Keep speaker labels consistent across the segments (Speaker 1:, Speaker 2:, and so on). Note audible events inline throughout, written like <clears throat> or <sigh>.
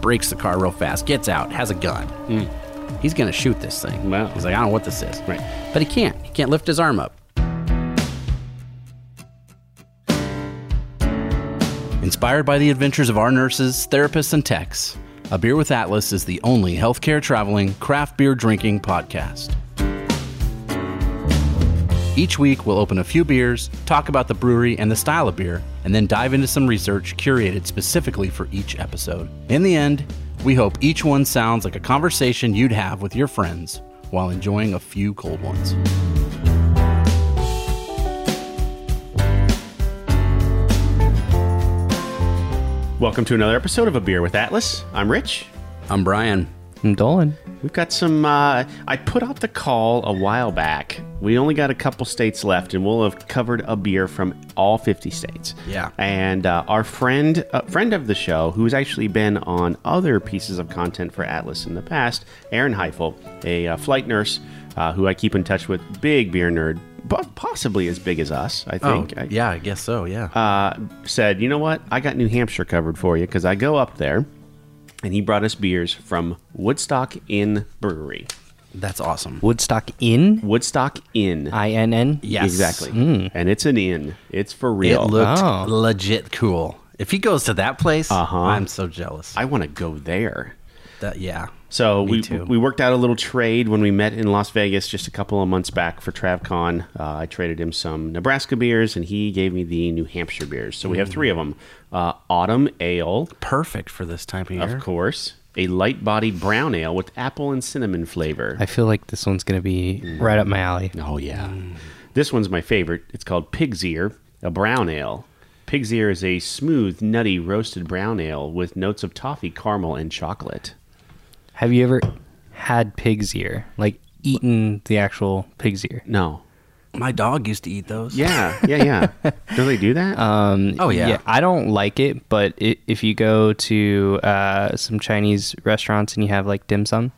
Speaker 1: brakes the car real fast, gets out, has a gun. He's gonna shoot this thing.
Speaker 2: Hmm. Wow.
Speaker 1: He's like, I don't know what this is.
Speaker 2: Right.
Speaker 1: But he can't. He can't lift his arm up. Inspired by the adventures of our nurses, therapists, and techs, A Beer with Atlas is the only healthcare traveling, craft beer drinking podcast. Each week, we'll open a few beers, talk about the brewery and the style of beer, and then dive into some research curated specifically for each episode. In the end, we hope each one sounds like a conversation you'd have with your friends while enjoying a few cold ones.
Speaker 2: Welcome to another episode of A Beer with Atlas. I'm Rich.
Speaker 1: I'm Brian.
Speaker 3: I'm Dolan.
Speaker 2: We've got some. Uh, I put out the call a while back. We only got a couple states left, and we'll have covered a beer from all 50 states.
Speaker 1: Yeah.
Speaker 2: And uh, our friend, uh, friend of the show, who's actually been on other pieces of content for Atlas in the past, Aaron Heifel, a uh, flight nurse uh, who I keep in touch with, big beer nerd, but possibly as big as us. I think. I-
Speaker 1: yeah, I guess so, yeah.
Speaker 2: uh, said, "You know what? I got New Hampshire covered for you because I go up there." And he brought us beers from Woodstock Inn Brewery.
Speaker 1: That's awesome.
Speaker 3: Woodstock Inn.
Speaker 2: Woodstock Inn.
Speaker 3: I N N.
Speaker 1: Yes. Mm.
Speaker 2: Exactly. And it's an inn. It's for
Speaker 1: It
Speaker 2: real.
Speaker 1: looked
Speaker 3: Oh.
Speaker 1: legit cool. If he goes to that place,
Speaker 2: Uh-huh.
Speaker 1: I'm so jealous.
Speaker 2: I want to go there.
Speaker 1: that, yeah.
Speaker 2: So we,
Speaker 1: too.
Speaker 2: we worked out a little trade when we met in Las Vegas just a couple of months back for TravCon. Uh, I traded him some Nebraska beers, and he gave me the New Hampshire beers. So we
Speaker 1: Mm.
Speaker 2: have three of them: uh, Autumn Ale,
Speaker 1: Perfect for this time of year.
Speaker 2: of course, a light bodied brown ale with apple and cinnamon flavor.
Speaker 3: I feel like this one's gonna be right up my alley.
Speaker 2: Oh yeah. This one's my favorite. It's called Pig's Ear, a brown ale. Pig's Ear is a smooth, nutty roasted brown ale with notes of toffee, caramel, and chocolate.
Speaker 3: Have you ever had pig's ear? Like eaten the actual pig's ear?
Speaker 2: No.
Speaker 1: My dog used to eat those.
Speaker 2: Yeah, yeah, yeah. do they do that?
Speaker 1: Oh, yeah.
Speaker 3: I don't like it, but i if you go to uh, some Chinese restaurants and you have like dim sum,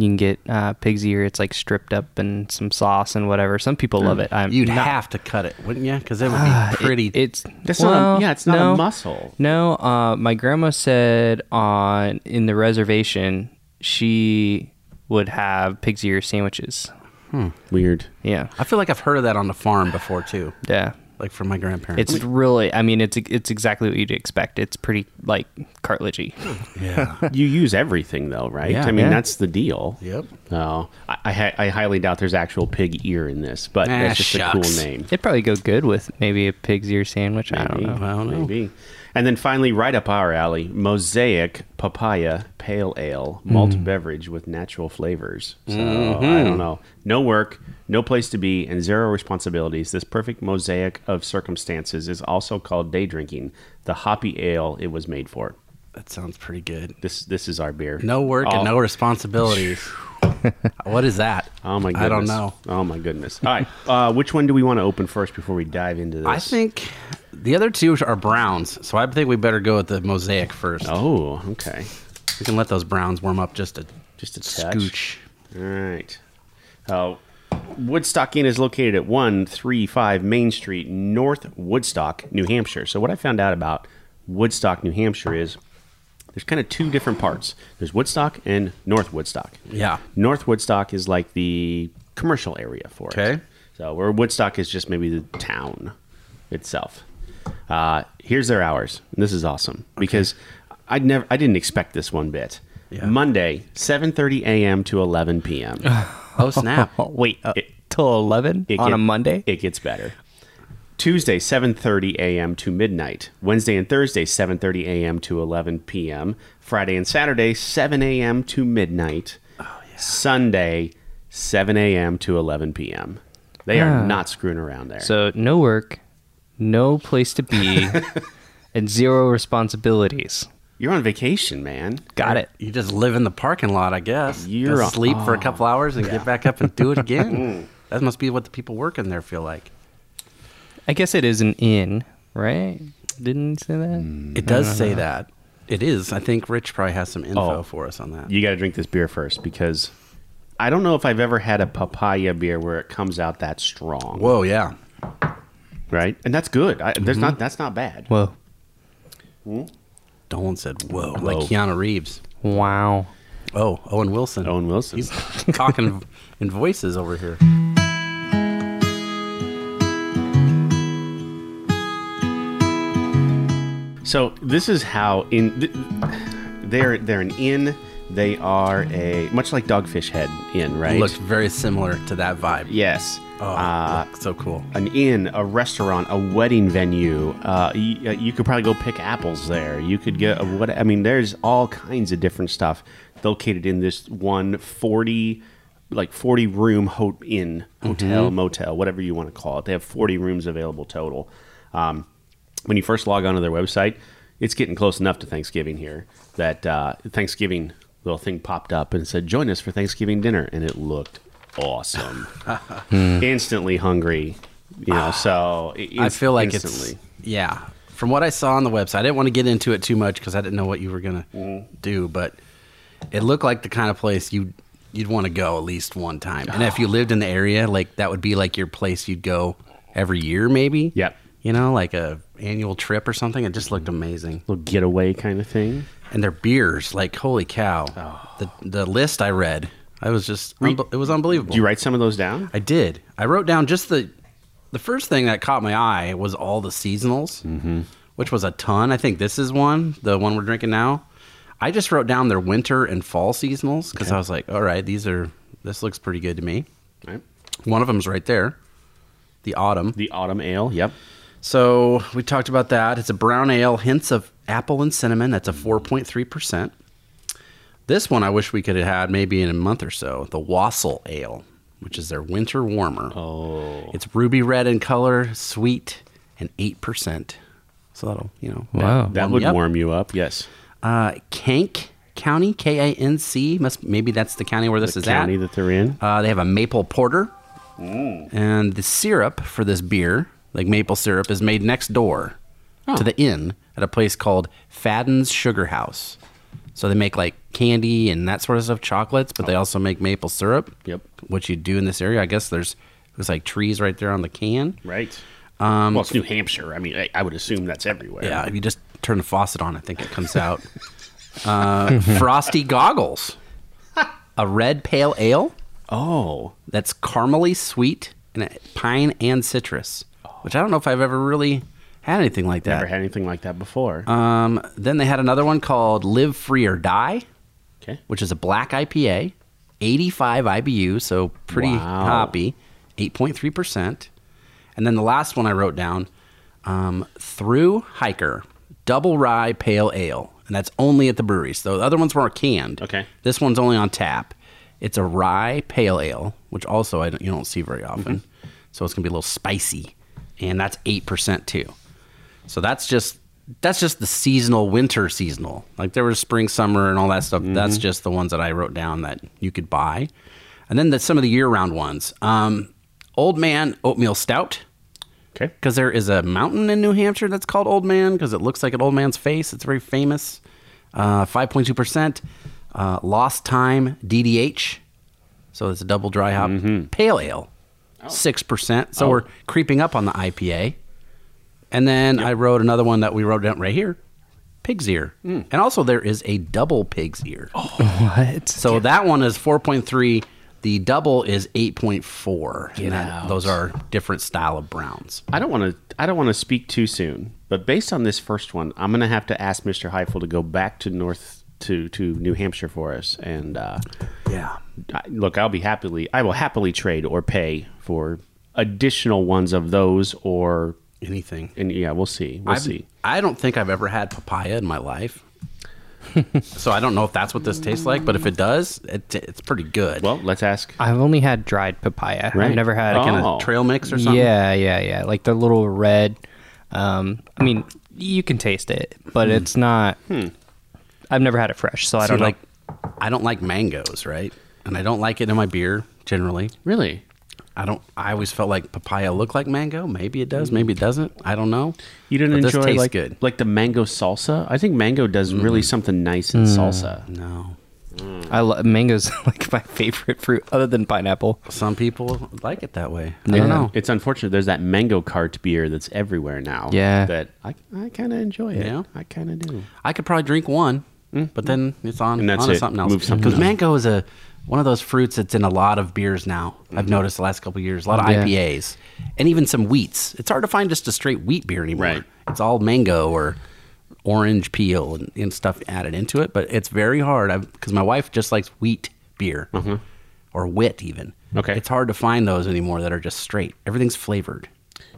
Speaker 3: you can get uh, pig's ear. It's like stripped up and some sauce and whatever. Some people love it. I'm
Speaker 1: Mm. You'd
Speaker 3: not-
Speaker 1: have to cut it, wouldn't you? Because it would be
Speaker 3: it-
Speaker 1: pretty.
Speaker 3: it's
Speaker 2: That's not a-
Speaker 3: well,
Speaker 2: yeah, it's not a
Speaker 3: no.
Speaker 2: muscle.
Speaker 3: No, uh, my grandma said on in the reservation she would have pig's ear sandwiches.
Speaker 2: Weird.
Speaker 3: Yeah,
Speaker 1: I feel like I've heard of that on the farm before too,
Speaker 3: yeah.
Speaker 1: like from my grandparents.
Speaker 3: It's really, I mean, it's it's exactly what you'd expect. It's pretty like cartilagey.
Speaker 2: <laughs>
Speaker 1: yeah,
Speaker 2: You use everything though, right?
Speaker 1: Yeah.
Speaker 2: I mean,
Speaker 3: Yeah.
Speaker 2: that's the deal.
Speaker 1: Yep.
Speaker 2: Oh, I, I, hi- I highly doubt there's actual pig ear in this, but
Speaker 1: Ah,
Speaker 2: that's just a cool
Speaker 1: shucks.
Speaker 2: name.
Speaker 3: It'd probably go good with maybe a pig's ear sandwich. I don't know.
Speaker 1: I don't know.
Speaker 2: Maybe. And then finally, right up our alley, Mosaic Papaya Pale Ale malt
Speaker 1: Mm.
Speaker 2: beverage with natural flavors. So
Speaker 1: Mm-hmm.
Speaker 2: I don't know. No work, no place to be, and zero responsibilities. This perfect mosaic of circumstances is also called day drinking, the hoppy ale it was made for.
Speaker 1: that sounds pretty good.
Speaker 2: This this is our beer. Oh,
Speaker 1: No work
Speaker 2: All-
Speaker 1: and no
Speaker 2: <laughs>
Speaker 1: responsibilities. what is that?
Speaker 2: Oh my goodness.
Speaker 1: I don't know.
Speaker 2: Oh my goodness. All right. Uh, which one do we want to open first before we dive into this?
Speaker 1: I think the other two are browns, so I think we better go with the mosaic first.
Speaker 2: Oh, okay.
Speaker 1: We can let those browns warm up just a
Speaker 2: Just a touch.
Speaker 1: scooch.
Speaker 2: All right. Uh, Woodstock Inn is located at 135 Main Street, North Woodstock, New Hampshire. So, what I found out about Woodstock, New Hampshire is there's kind of two different parts there's Woodstock and North Woodstock.
Speaker 1: Yeah.
Speaker 2: North Woodstock is like the commercial area for it.
Speaker 1: Okay.
Speaker 2: So, where Woodstock is just maybe the town itself. Uh, here's their hours. This is awesome because I never, I didn't expect this one bit.
Speaker 1: Yeah.
Speaker 2: Monday, 7:30 a.m. to 11 p.m.
Speaker 1: Oh
Speaker 2: <laughs>
Speaker 1: snap!
Speaker 3: <sighs> Wait, uh,
Speaker 2: It-
Speaker 3: till eleven
Speaker 2: It
Speaker 3: on
Speaker 2: get-
Speaker 3: a Monday?
Speaker 2: It gets better. Tuesday, 7:30 a.m. to midnight. Wednesday and Thursday, 7:30 a.m. to 11 p.m. Friday and Saturday, 7 a.m. to midnight.
Speaker 3: Oh,
Speaker 2: Sunday, 7 a.m. to 11 p.m. They are
Speaker 3: Ah.
Speaker 2: not screwing around there.
Speaker 3: So no work, no place
Speaker 2: <laughs>
Speaker 3: to be, and zero responsibilities.
Speaker 2: You're on vacation, man.
Speaker 3: Got it.
Speaker 1: You just live in the parking lot, I guess.
Speaker 2: You're Oh. Mm.
Speaker 1: Go
Speaker 2: a-
Speaker 1: sleep for a couple hours and get back up and do it
Speaker 2: <laughs>
Speaker 1: again. that must be what the people working there feel like.
Speaker 3: I guess it is an inn, right? Didn't he say that?
Speaker 2: Mm.
Speaker 1: It
Speaker 2: Uh-huh.
Speaker 1: does say that. It is. I think Rich probably has some info for us on that.
Speaker 2: Oh. You got to drink this beer first because I don't know if I've ever had a papaya beer where it comes out that strong.
Speaker 1: Whoa, yeah.
Speaker 3: Mm-hmm.
Speaker 2: Right, and that's good. I, There's not. That's not bad.
Speaker 3: Whoa.
Speaker 1: Dolan said, "Whoa!" Like
Speaker 2: Whoa.
Speaker 1: Keanu Reeves.
Speaker 3: Wow.
Speaker 1: Oh, Owen Wilson.
Speaker 2: Owen Wilson.
Speaker 1: He's talking in voices over here.
Speaker 2: So this is how in th- they're they're an inn. They are a much like Dogfish Head Inn, right?
Speaker 1: Looks very similar to that vibe.
Speaker 2: yes.
Speaker 1: Oh,
Speaker 2: Uh,
Speaker 1: look, so cool.
Speaker 2: an inn, a restaurant, a wedding venue. Uh, you, you could probably go pick apples there. You could get a, what? I mean, there's all kinds of different stuff located in this one 40, like 40 room ho- inn, hotel, motel, whatever you want to call it. They have 40 rooms available total. Um, when you first log onto their website, it's getting close enough to Thanksgiving here that uh, Thanksgiving little thing popped up and said, "Join us for Thanksgiving dinner," and it looked <laughs> awesome. Instantly hungry, you know. So it-
Speaker 1: I
Speaker 2: it's
Speaker 1: feel like
Speaker 2: instantly.
Speaker 1: it's yeah. From what I saw on the website, I didn't want to get into it too much because I didn't know what you were gonna
Speaker 2: Mm-hmm.
Speaker 1: do, but it looked like the kind of place you you'd want to go at least one time. And
Speaker 2: Ah.
Speaker 1: if you lived in the area, like that would be like your place you'd go every year, maybe.
Speaker 2: Yep. Mm-hmm.
Speaker 1: You know, like a annual trip or something. It just looked amazing.
Speaker 2: little getaway kind of thing.
Speaker 1: And their beers, like holy cow!
Speaker 2: Oh.
Speaker 1: The the list I read, I was just unbe- it was unbelievable.
Speaker 2: Do you write some of those down?
Speaker 1: I did. I wrote down just the the first thing that caught my eye was all the seasonals, mm-hmm. which was a ton. I think this is one, the one we're drinking now. I just wrote down their winter and fall seasonals because I was like, all right, these are this looks pretty good to me.
Speaker 2: Right.
Speaker 1: One of them's right there, the autumn.
Speaker 2: The autumn ale. Yep.
Speaker 1: So we talked about that. It's a brown ale, hints of apple and cinnamon. That's a 4.3%. This one I wish we could have had maybe in a month or so. The Wassel Ale, which is their winter warmer.
Speaker 2: Oh,
Speaker 1: It's ruby red in color, sweet, and 8%. So that'll, you know.
Speaker 3: Wow.
Speaker 2: that
Speaker 1: warm
Speaker 2: would
Speaker 1: you up.
Speaker 2: warm you up. Yes.
Speaker 1: Uh, Kank County, K A N C. Must Maybe that's the county where this
Speaker 2: The
Speaker 1: is
Speaker 2: county
Speaker 1: at.
Speaker 2: that they're in.
Speaker 1: Uh, they have a maple porter. And the syrup for this beer, like maple syrup, is made next door to the inn at a place called Fadden's Sugar House. So they make like candy and that sort of stuff, chocolates, but they also make maple syrup.
Speaker 2: Oh. Yep.
Speaker 1: Which you do in this area. I guess there's, there's like trees right there on the can.
Speaker 2: Right. Um, well, it's New Hampshire. I mean, I, I would assume that's everywhere.
Speaker 1: Yeah, if you just turn the faucet on, I think it comes
Speaker 2: <laughs>
Speaker 1: out. uh, frosty goggles, a red pale ale
Speaker 2: Oh,
Speaker 1: that's caramely sweet and it- pine and citrus, which I don't know if I've ever really had anything like
Speaker 2: never
Speaker 1: that.
Speaker 2: had anything like that before.
Speaker 1: Um, then they had another one called Live Free or Die,
Speaker 2: okay.
Speaker 1: which is a black IPA, 85 IBU, so pretty
Speaker 2: Wow.
Speaker 1: hoppy, 8.3%. And then the last one I wrote down, um, Through Hiker, Double Rye Pale Ale. And that's only at the brewery. So the other ones weren't canned.
Speaker 2: Okay.
Speaker 1: This one's only on tap. It's a rye pale ale, which also I don't, you don't see very often.
Speaker 2: Mm-hmm.
Speaker 1: So it's going to be a little spicy. And that's 8% too. So that's just that's just the seasonal winter seasonal. Like there was spring, summer, and all that stuff. That's just the ones that I wrote down that you could buy, and then the, some of the year round ones. Um, Old Man Oatmeal Stout
Speaker 2: Okay.
Speaker 1: because there is a mountain in New Hampshire that's called Old Man because it looks like an old man's face. It's very famous. Uh, Five point two percent. uh, Lost Time DDH, so it's a double dry hop pale ale, six percent. So we're creeping up on the IPA. And then I wrote another one that we wrote down right here, Pig's Ear, and also there is a double Pig's Ear.
Speaker 3: What?
Speaker 1: So that one is 4.3. The double is 8.4. and that-
Speaker 2: out.
Speaker 1: those are different style of browns.
Speaker 2: I don't want to. I don't want to speak too soon. But based on this first one, I'm going to have to ask Mr. Heifel to go back to North to to New Hampshire for us. And uh,
Speaker 1: Yeah.
Speaker 2: I, look, I'll be happily. I will happily trade or pay for additional ones of those. Or
Speaker 1: Anything.
Speaker 2: and yeah, we'll see. We'll
Speaker 1: I've-
Speaker 2: see.
Speaker 1: I don't think I've ever had papaya in my
Speaker 2: <laughs>
Speaker 1: life. so I don't know if that's what this tastes like, but if it does, it, it's pretty good.
Speaker 2: Well, let's ask.
Speaker 3: I've only had dried papaya.
Speaker 2: Right.
Speaker 3: I've never had
Speaker 2: Oh.
Speaker 1: kind of trail mix or something.
Speaker 3: Yeah, yeah, yeah. Like the little red. Um, I mean, you can taste it, but it's not. I've never had it fresh, so I
Speaker 1: See,
Speaker 3: don't
Speaker 1: like
Speaker 3: know.
Speaker 1: I don't like mangoes, right? And I don't like it in my beer generally.
Speaker 2: really?
Speaker 1: I don't. I always felt like papaya looked like mango. Maybe it does. Maybe it doesn't. I don't know.
Speaker 2: Mm. You didn't
Speaker 1: But this
Speaker 2: enjoy
Speaker 1: tastes
Speaker 2: like
Speaker 1: good.
Speaker 2: Mm.
Speaker 1: Mm.
Speaker 2: like the mango salsa? I think mango does really something nice in salsa.
Speaker 1: No.
Speaker 3: I love mangoes <laughs> like my favorite fruit other than pineapple.
Speaker 1: Some people like it that way. I
Speaker 3: Yeah.
Speaker 1: don't know.
Speaker 2: It's unfortunate. There's that mango cart beer that's everywhere now.
Speaker 3: Yeah.
Speaker 2: That I, I kind of enjoy it.
Speaker 1: Yeah?
Speaker 2: I kind of do.
Speaker 1: I could probably drink one, but then it's on,
Speaker 2: Hmm. And that's
Speaker 1: on to
Speaker 2: it.
Speaker 1: something else.
Speaker 2: Move something
Speaker 1: Because
Speaker 2: else.
Speaker 1: mango is a one of those fruits that's in a lot of beers now.
Speaker 2: Mm-hmm.
Speaker 1: I've noticed the last couple of years, a lot of
Speaker 3: Yeah.
Speaker 1: IPAs and even some wheats. It's hard to find just a straight wheat beer anymore.
Speaker 2: Right.
Speaker 1: It's all mango or orange peel and, and stuff added into it, but it's very hard. Because my wife just likes wheat beer or wit even.
Speaker 2: Mm-hmm. Okay.
Speaker 1: It's hard to find those anymore that are just straight. Everything's flavored.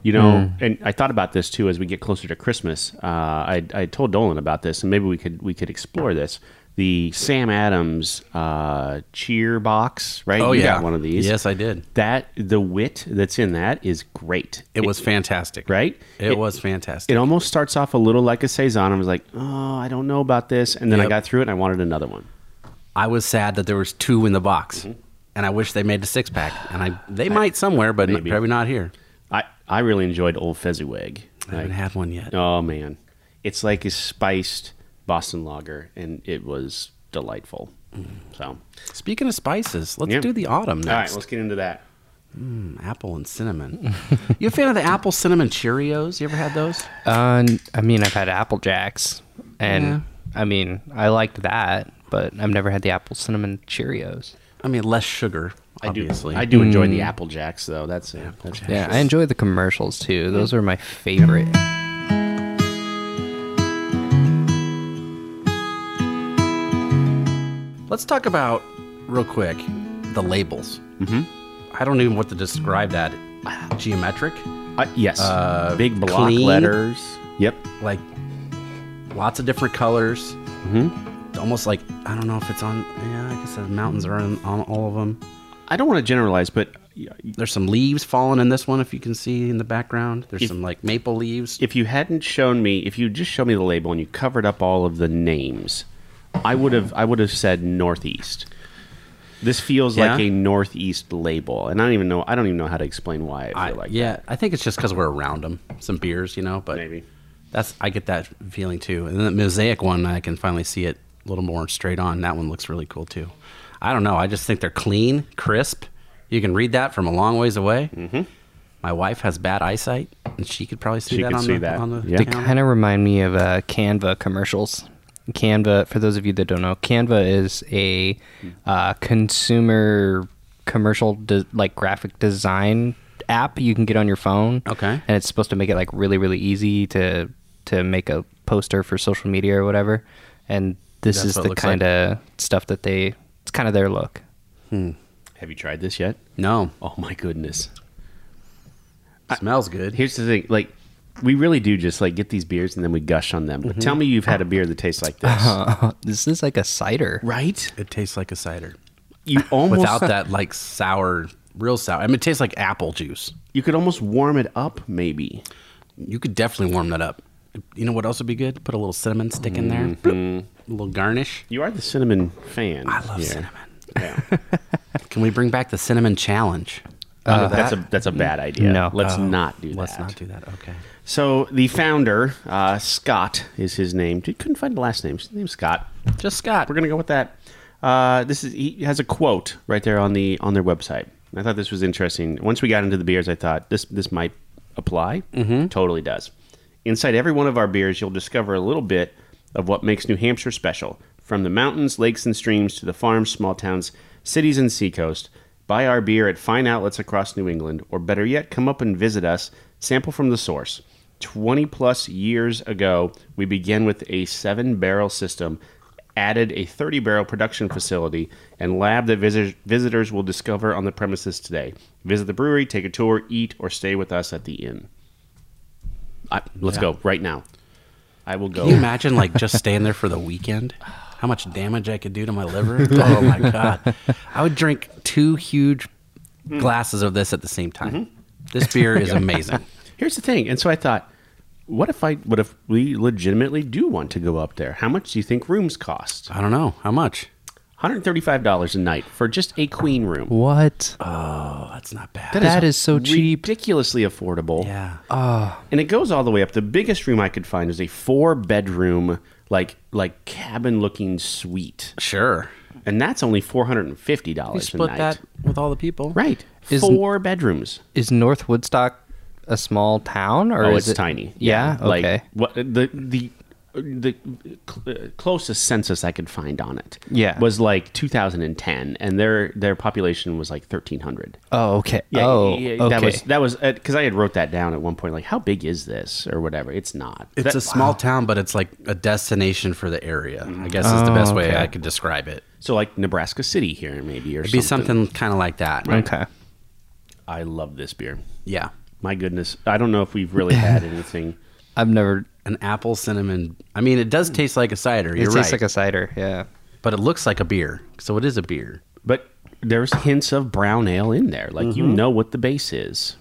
Speaker 2: You know,
Speaker 1: Hmm.
Speaker 2: and I thought about this too as we get closer to Christmas. Uh, I, I told Dolan about this, and maybe we could we could explore this. The Sam Adams uh, cheer box, right? Oh, you got one of these.
Speaker 1: Oh, Yes, I did.
Speaker 2: That the wit that's in that is great.
Speaker 1: It, was fantastic.
Speaker 2: right.
Speaker 1: It, was fantastic.
Speaker 2: It almost starts off a little like a saison. I was like, oh, I don't know about this, and then I
Speaker 1: Yep.
Speaker 2: got through it, and I wanted another one.
Speaker 1: I was sad that there was two in the box,
Speaker 2: Mm-hmm.
Speaker 1: and I wish they made the six pack. And I they might somewhere, but
Speaker 2: Maybe.
Speaker 1: probably not here.
Speaker 2: I I really enjoyed Old Fezziwig.
Speaker 1: I haven't had one yet.
Speaker 2: Oh man, it's like a spiced Boston lager, and it was delightful.
Speaker 1: Mm.
Speaker 2: So,
Speaker 1: Speaking of spices, let's
Speaker 2: Yeah.
Speaker 1: do the autumn
Speaker 2: all right,
Speaker 1: next. Mm,
Speaker 2: let's get into that.
Speaker 1: apple and
Speaker 2: <laughs>
Speaker 1: cinnamon. you a fan of the apple cinnamon Cheerios? You ever had those?
Speaker 3: Uh, n- I mean, I've had apple jacks, and
Speaker 1: Yeah.
Speaker 3: I mean, I liked that, but I've never had the apple cinnamon Cheerios.
Speaker 1: I mean, less sugar,
Speaker 2: I do.
Speaker 1: obviously.
Speaker 2: I do enjoy the Apple Jacks, though. That's it. That's
Speaker 3: Yeah, I enjoy the commercials too. Those are my favorite.
Speaker 1: Let's talk about real quick the labels. Mm-hmm. I don't even know what to describe that. Geometric,
Speaker 2: Uh, yes. Big block
Speaker 1: clean.
Speaker 2: letters. Yep.
Speaker 1: like lots of different colors.
Speaker 2: Mm-hmm.
Speaker 1: It's almost like I don't know if it's on. Yeah, I guess the mountains are on, on all of them.
Speaker 2: I don't want to generalize, but
Speaker 1: There's some leaves falling in this one, if you can see in the background. There's some like maple leaves.
Speaker 2: if you hadn't shown me, if you just showed me the label and you covered up all of the names, I would have I would have said Northeast. This feels
Speaker 1: Yeah?
Speaker 2: like a Northeast label, and I don't even know I don't even know how to explain why I feel
Speaker 1: I,
Speaker 2: like
Speaker 1: yeah, I think it's just because we're around them. Some beers, you know, but
Speaker 2: that, maybe.
Speaker 1: that's I get that feeling too. And then the mosaic one, I can finally see it a little more straight on. That one looks really cool too. I don't know. I just think they're clean, crisp. You can read that from a long ways away. Mm-hmm. My wife has bad eyesight, and she could probably see
Speaker 2: She
Speaker 1: that
Speaker 2: could
Speaker 1: on
Speaker 2: see
Speaker 1: the
Speaker 2: that.
Speaker 1: on the
Speaker 2: Yeah.
Speaker 3: They
Speaker 1: counter.
Speaker 3: kind of remind me of uh, Canva commercials. Canva, for those of you that don't know, Canva is a
Speaker 1: Hmm.
Speaker 3: uh, consumer commercial de- like graphic design app you can get on your phone.
Speaker 1: Okay.
Speaker 3: and it's supposed to make it like really really easy to to make a poster for social media or whatever. And this
Speaker 1: That's
Speaker 3: is
Speaker 1: what it
Speaker 3: the
Speaker 1: looks like.
Speaker 3: kind of stuff that they it's kind of their look. <laughs>
Speaker 2: Have you tried this yet?
Speaker 1: No,
Speaker 2: Oh my goodness.
Speaker 1: smells good.
Speaker 2: Here's the thing, like we really do just like get these beers and then we gush on them. But
Speaker 1: Mm-hmm.
Speaker 2: tell me you've had a beer that tastes like this.
Speaker 1: Uh-huh.
Speaker 3: this is like a cider.
Speaker 2: Right?
Speaker 1: It tastes like a cider. <laughs>
Speaker 2: You almost
Speaker 1: without that like sour, real sour. I mean, it tastes like apple juice.
Speaker 2: you could almost warm it up maybe.
Speaker 1: You could definitely warm that up. You know what else would be good? Put a little cinnamon stick in there,
Speaker 2: Mm-hmm.
Speaker 1: Bloop. a little garnish.
Speaker 2: You are the cinnamon fan.
Speaker 1: I love
Speaker 2: here.
Speaker 1: cinnamon.
Speaker 2: Yeah.
Speaker 1: Can we bring back the cinnamon challenge? oh,
Speaker 2: Uh, that's a that's a bad idea.
Speaker 3: No.
Speaker 2: let's not do that.
Speaker 1: Uh, Let's not do that. Okay.
Speaker 2: So the founder, uh, Scott, is his name. Dude, couldn't find the last name. His name's Scott.
Speaker 1: Just Scott.
Speaker 2: We're gonna go with that. Uh, this is he has a quote right there on the on their website. And I thought this was interesting. Once we got into the beers, I thought this this might apply. Mm-hmm. Totally does. Inside every one of our beers, you'll discover a little bit of what makes New Hampshire special. From the mountains, lakes, and streams to the farms, small towns, cities, and seacoast. Buy our beer at fine outlets across New England, or better yet, come up and visit us, sample from the source. 20 plus years ago, we began with a seven barrel system, added a 30 barrel production facility, and lab that visit- visitors will discover on the premises today. Visit the brewery, take a tour, eat, or stay with us at the inn. I, let's go right now. I will go.
Speaker 1: Can you imagine like just staying there for the weekend? How much damage I could do to my
Speaker 2: <laughs>
Speaker 1: liver? Oh my god! I would drink two huge glasses of this at the same time. This beer <laughs> is amazing.
Speaker 2: Here's the thing. And so I thought, what if I what if we legitimately do want to go up there? How much do you think rooms cost?
Speaker 1: I don't know how much.
Speaker 2: $135 a night for just a queen room.
Speaker 3: What?
Speaker 1: Oh, that's not bad.
Speaker 3: that is, so cheap.
Speaker 2: Ridiculously affordable.
Speaker 1: yeah.
Speaker 3: Ah.
Speaker 2: And it goes all the way up. The biggest room I could find is a four bedroom like like cabin looking suite.
Speaker 1: Sure.
Speaker 2: and that's only four hundred and fifty
Speaker 1: You
Speaker 2: dollars.
Speaker 1: split
Speaker 2: a night.
Speaker 1: that with all the people.
Speaker 2: right?
Speaker 3: Is-
Speaker 2: Four bedrooms.
Speaker 3: Is North Woodstock a small town or
Speaker 2: oh,
Speaker 3: is
Speaker 2: it's
Speaker 3: it
Speaker 2: tiny.
Speaker 3: Yeah.
Speaker 2: like
Speaker 3: okay.
Speaker 2: what the the the cl- uh, closest census I could find on it.
Speaker 3: Yeah.
Speaker 2: was like 2010, and their their population was like 1300.
Speaker 3: oh. Okay. oh.
Speaker 2: yeah,
Speaker 3: okay.
Speaker 2: that was that was because I had wrote that down at one point. Like, how big is this or whatever? It's not.
Speaker 1: It's
Speaker 2: That-
Speaker 1: a small town, but it's like a destination for the area. I guess is the best way
Speaker 3: okay.
Speaker 1: I could describe it.
Speaker 2: so like Nebraska City here maybe or
Speaker 1: It'd be something kind of like that.
Speaker 3: okay.
Speaker 2: I love this beer.
Speaker 1: Yeah.
Speaker 2: My goodness, I don't know if we've
Speaker 1: <laughs>
Speaker 2: really had anything.
Speaker 3: I've never.
Speaker 1: An apple cinnamon. I mean, it does taste like a cider.
Speaker 3: It
Speaker 1: You're
Speaker 3: tastes
Speaker 1: right.
Speaker 3: like a cider. Yeah.
Speaker 1: but it looks like a beer, so it is a beer.
Speaker 2: But there's hints of brown ale in there. Like
Speaker 1: Mm-hmm.
Speaker 2: you know what the base is.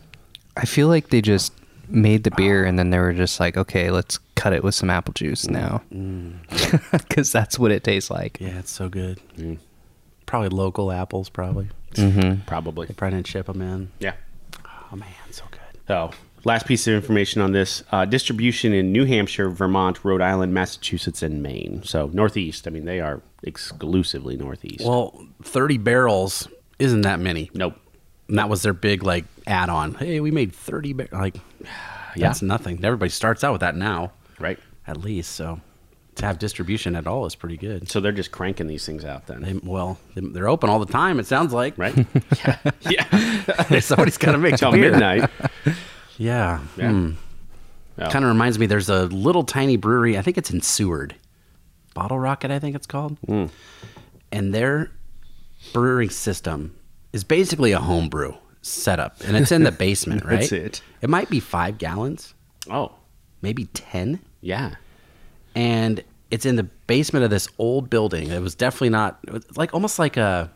Speaker 3: I feel like they just made the beer and then they were just like, okay, let's cut it with some apple juice
Speaker 2: Mm,
Speaker 3: now, <laughs> because that's what it tastes like.
Speaker 1: Yeah, it's so good. Mm. Probably local apples. Probably. Mm-hmm.
Speaker 2: Probably.
Speaker 1: Probably didn't ship them in.
Speaker 2: Yeah.
Speaker 1: Oh man, so good.
Speaker 2: So last piece of information on this uh, distribution in New Hampshire, Vermont, Rhode Island, Massachusetts, and Maine. So Northeast. I mean, they are exclusively Northeast.
Speaker 1: Well, thirty barrels isn't that many.
Speaker 2: nope.
Speaker 1: And that was their big like add-on. Hey, we made thirty. Ba-. Like, <sighs>
Speaker 2: Yeah.
Speaker 1: that's nothing. Everybody starts out with that now,
Speaker 2: Right.
Speaker 1: at least. So to have distribution at all is pretty good.
Speaker 2: So they're just cranking these things out then.
Speaker 1: They, well, they- they're open all the time. It sounds like
Speaker 2: right? <laughs> yeah.
Speaker 1: <laughs>
Speaker 2: yeah.
Speaker 1: Somebody's got to
Speaker 2: <laughs>
Speaker 1: make
Speaker 2: Till
Speaker 1: beer.
Speaker 2: midnight.
Speaker 1: Yeah.
Speaker 2: Yeah. Oh.
Speaker 1: Kind of reminds me. There's a little tiny brewery. I think it's in Seward, Bottle Rocket. I think it's called.
Speaker 2: Hmm.
Speaker 1: And their brewing system is basically a homebrew setup, and it's in
Speaker 2: <laughs>
Speaker 1: the basement, right?
Speaker 2: That's it.
Speaker 1: It might be five gallons,
Speaker 2: Oh,
Speaker 1: maybe ten,
Speaker 2: yeah.
Speaker 1: and it's in the basement of this old building. It was definitely not it was like almost like a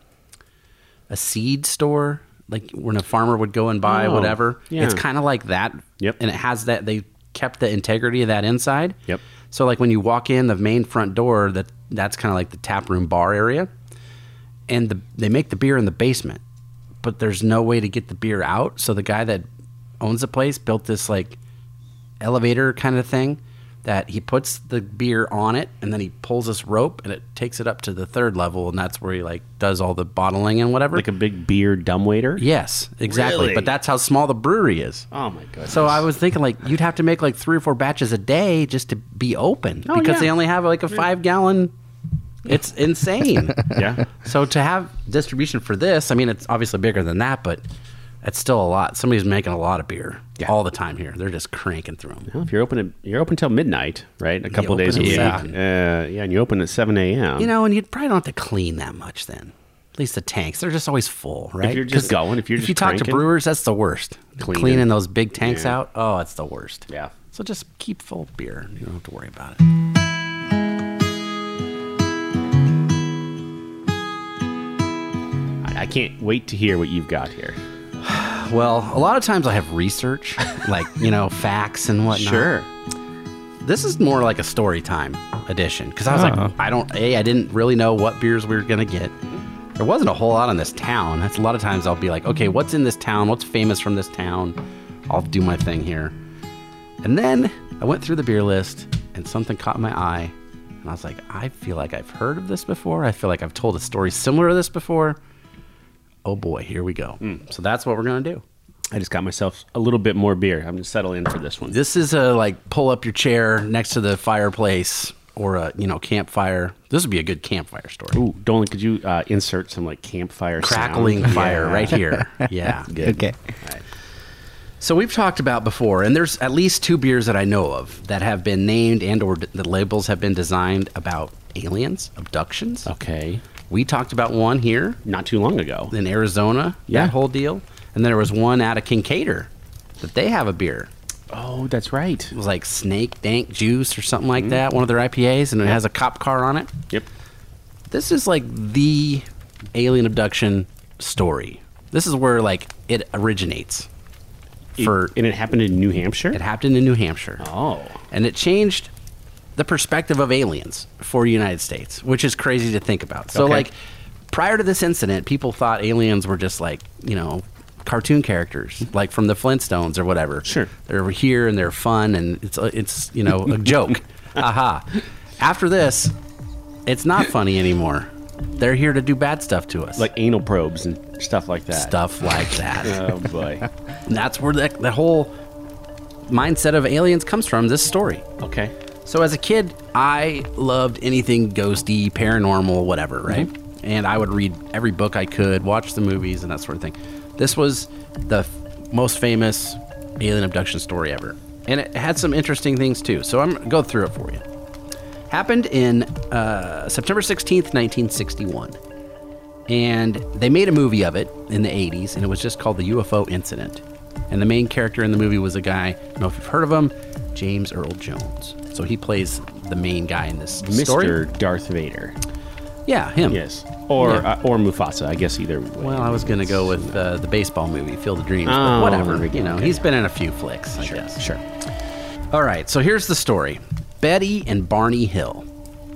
Speaker 1: a seed store, like when a farmer would go and buy
Speaker 2: Oh,
Speaker 1: whatever.
Speaker 2: yeah.
Speaker 1: It's kind of like that.
Speaker 2: Yep.
Speaker 1: And it has that they kept the integrity of that inside.
Speaker 2: Yep.
Speaker 1: So like when you walk in the main front door, that that's kind of like the tap room bar area, and the, they make the beer in the basement, but there's no way to get the beer out. So the guy that owns the place built this like elevator kind of thing that he puts the beer on it and then he pulls this rope and it takes it up to the third level and that's where he like does all the bottling and whatever.
Speaker 2: Like a big beer dumbwaiter.
Speaker 1: yes, exactly.
Speaker 2: Really?
Speaker 1: But that's how small the brewery is.
Speaker 2: Oh my goodness.
Speaker 1: So I was thinking like you'd have to make like three or four batches a day just to be open
Speaker 2: Oh,
Speaker 1: because
Speaker 2: yeah.
Speaker 1: they only have like a five gallon. It's insane.
Speaker 2: <laughs> yeah.
Speaker 1: so to have distribution for this, I mean, it's obviously bigger than that, but it's still a lot. Somebody's making a lot of beer
Speaker 2: Yeah.
Speaker 1: all the time here. They're just cranking through them.
Speaker 2: Well, if you're open, at, you're open till midnight, right? A couple days a
Speaker 1: open at
Speaker 2: week. Yeah. Uh,
Speaker 1: seven.
Speaker 2: yeah, and you open at seven a.m.
Speaker 1: You know, and you'd probably don't have to clean that much then. At least the tanks, they're just always full, right?
Speaker 2: you're just
Speaker 1: 'Cause
Speaker 2: going, if you're
Speaker 1: you
Speaker 2: just
Speaker 1: talk to
Speaker 2: cranking.
Speaker 1: brewers, that's the worst.
Speaker 2: Cleaning.
Speaker 1: Cleaning, those big tanks
Speaker 2: Yeah.
Speaker 1: out, oh, it's the worst.
Speaker 2: Yeah.
Speaker 1: So just keep full of beer. You don't have to worry about it.
Speaker 2: I, I can't wait to hear what you've got here.
Speaker 1: Well, a lot of times I have research, <laughs> like you know, facts and whatnot. This is more like a story time edition because I was like, I don't, a, I didn't really know what beers we were gonna get. There wasn't a whole lot in this town. That's a lot of times I'll be like, okay, what's in this town? What's famous from this town? I'll do my thing here. And then I went through the beer list and something caught my eye. And I was like, I feel like I've heard of this before. I feel like I've told a story similar to this before. Oh boy, here we go. So that's what we're going to do.
Speaker 2: I just got myself a little bit more beer. I'm gonna settle in for this one.
Speaker 1: This is a like pull up your chair next to the fireplace or a, you know, campfire. This would be a good campfire story.
Speaker 2: Ooh, Dolan, could you uh, insert some like campfire
Speaker 1: Crackling
Speaker 2: sound?
Speaker 1: fire
Speaker 2: Yeah.
Speaker 1: right
Speaker 2: <laughs>
Speaker 1: here. Yeah.
Speaker 3: Okay.
Speaker 1: So we've talked about before, and there's at least two beers that I know of that have been named and or the labels have been designed about aliens, abductions.
Speaker 2: Okay,
Speaker 1: We talked about one here
Speaker 2: not too long ago.
Speaker 1: in Arizona,
Speaker 2: Yeah.
Speaker 1: that whole deal. And there was one out of Kincaider that they have a beer.
Speaker 2: Oh, that's right.
Speaker 1: It was like Snake Dank Juice or something
Speaker 2: Mm.
Speaker 1: like that, one of their IPAs, and it has a cop car on it.
Speaker 2: Yep.
Speaker 1: This is like the alien abduction story. This is where like it originates.
Speaker 2: It-
Speaker 1: For
Speaker 2: and it happened in New Hampshire.
Speaker 1: it happened in New Hampshire.
Speaker 2: oh,
Speaker 1: and it changed the perspective of aliens for the United States, which is crazy to think about. So,
Speaker 2: Okay.
Speaker 1: like, prior to this incident, people thought aliens were just like, you know, cartoon characters, like from the Flintstones or whatever.
Speaker 2: Sure.
Speaker 1: They're here and they're fun and it's, uh, it's you know,
Speaker 2: <laughs>
Speaker 1: a joke. Aha. After this, it's not funny anymore. They're here to do bad stuff to us.
Speaker 2: like anal probes and stuff like that.
Speaker 1: stuff like
Speaker 2: <laughs>
Speaker 1: that.
Speaker 2: Oh
Speaker 1: <laughs>
Speaker 2: boy.
Speaker 1: And that's where the, the whole mindset of aliens comes from this story.
Speaker 2: okay.
Speaker 1: So as a kid, I loved anything ghosty, paranormal, whatever, right? And I would read every book I could, watch the movies, and that sort of thing. This was the f- most famous alien abduction story ever, and it had some interesting things too. So I'm gonna go through it for you. Happened in uh, September 16th, 1961, and they made a movie of it in the 80s, and it was just called the UFO Incident. And the main character in the movie was a guy. I don't know if you've heard of him, James Earl Jones. So he plays the main guy in this
Speaker 2: Mr.
Speaker 1: story.
Speaker 2: Darth Vader.
Speaker 1: Yeah, him.
Speaker 2: Yes. Or
Speaker 1: Yeah.
Speaker 2: uh, or Mufasa, I guess either way.
Speaker 1: Well, I was gonna go with uh, the baseball movie, Field of Dreams, but
Speaker 2: Oh,
Speaker 1: whatever.
Speaker 2: okay.
Speaker 1: You know, he's been in a few flicks. I
Speaker 2: sure.
Speaker 1: guess.
Speaker 2: Sure.
Speaker 1: All right, so here's the story Betty and Barney Hill.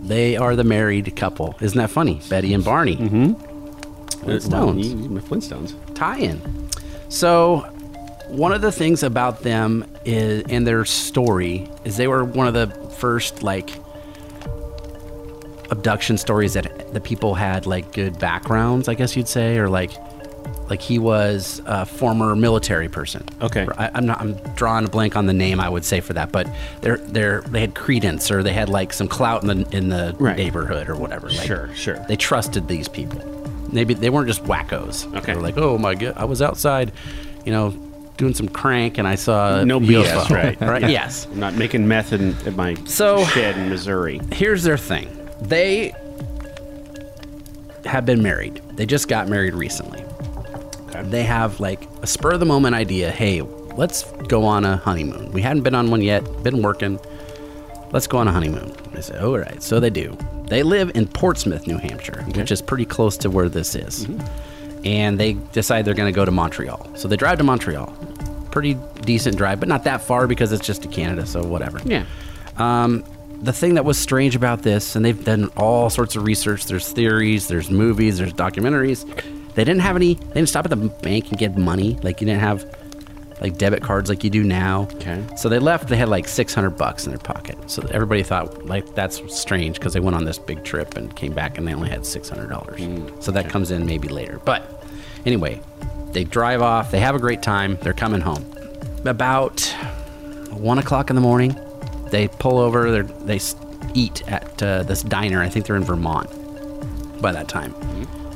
Speaker 1: They are the married couple. Isn't that funny? Betty and Barney. Mm-hmm. Flintstones.
Speaker 2: Flintstones.
Speaker 1: tie in. So, one of the things about them is, and their story is they were one of the first, like, abduction stories that the people had, like, good backgrounds, I guess you'd say, or like, like he was a former military person.
Speaker 2: Okay.
Speaker 1: I, I'm not. I'm drawing a blank on the name. I would say for that, but they're they're they had credence or they had like some clout in the in the
Speaker 2: Right.
Speaker 1: neighborhood or whatever. Like,
Speaker 2: Sure, sure.
Speaker 1: They trusted these people. Maybe they weren't just wackos.
Speaker 2: Okay.
Speaker 1: They were like, oh my god, I was outside, you know, doing some crank and I saw a
Speaker 2: No
Speaker 1: UFO."
Speaker 2: BS,
Speaker 1: <laughs>
Speaker 2: right?
Speaker 1: right. Yes.
Speaker 2: I'm not making meth in, at my
Speaker 1: So-
Speaker 2: shed in Missouri.
Speaker 1: Here's their thing. They have been married. They just got married recently. They have like a spur of the moment idea. Hey, let's go on a honeymoon. We hadn't been on one yet. Been working. Let's go on a honeymoon. I said, all right. So they do. They live in Portsmouth, New Hampshire, which is pretty close to where this is. And they decide they're going to go to Montreal. So they drive to Montreal. Pretty decent drive, but not that far because it's just to Canada. So whatever.
Speaker 2: Yeah.
Speaker 1: Um, the thing that was strange about this, and they've done all sorts of research. There's theories, there's movies, there's documentaries. They didn't have any. They didn't stop at the bank and get money. Like you didn't have like debit cards like you do now.
Speaker 2: Okay.
Speaker 1: So they left. They had like 600 bucks in their pocket. So everybody thought like that's strange because they went on this big trip and came back and they only had 600 dollars. so that comes in maybe later. But anyway, they drive off. They have a great time. They're coming home. About one o'clock in the morning. They pull over. They're, they s- eat at uh, this diner. I think they're in Vermont by that time.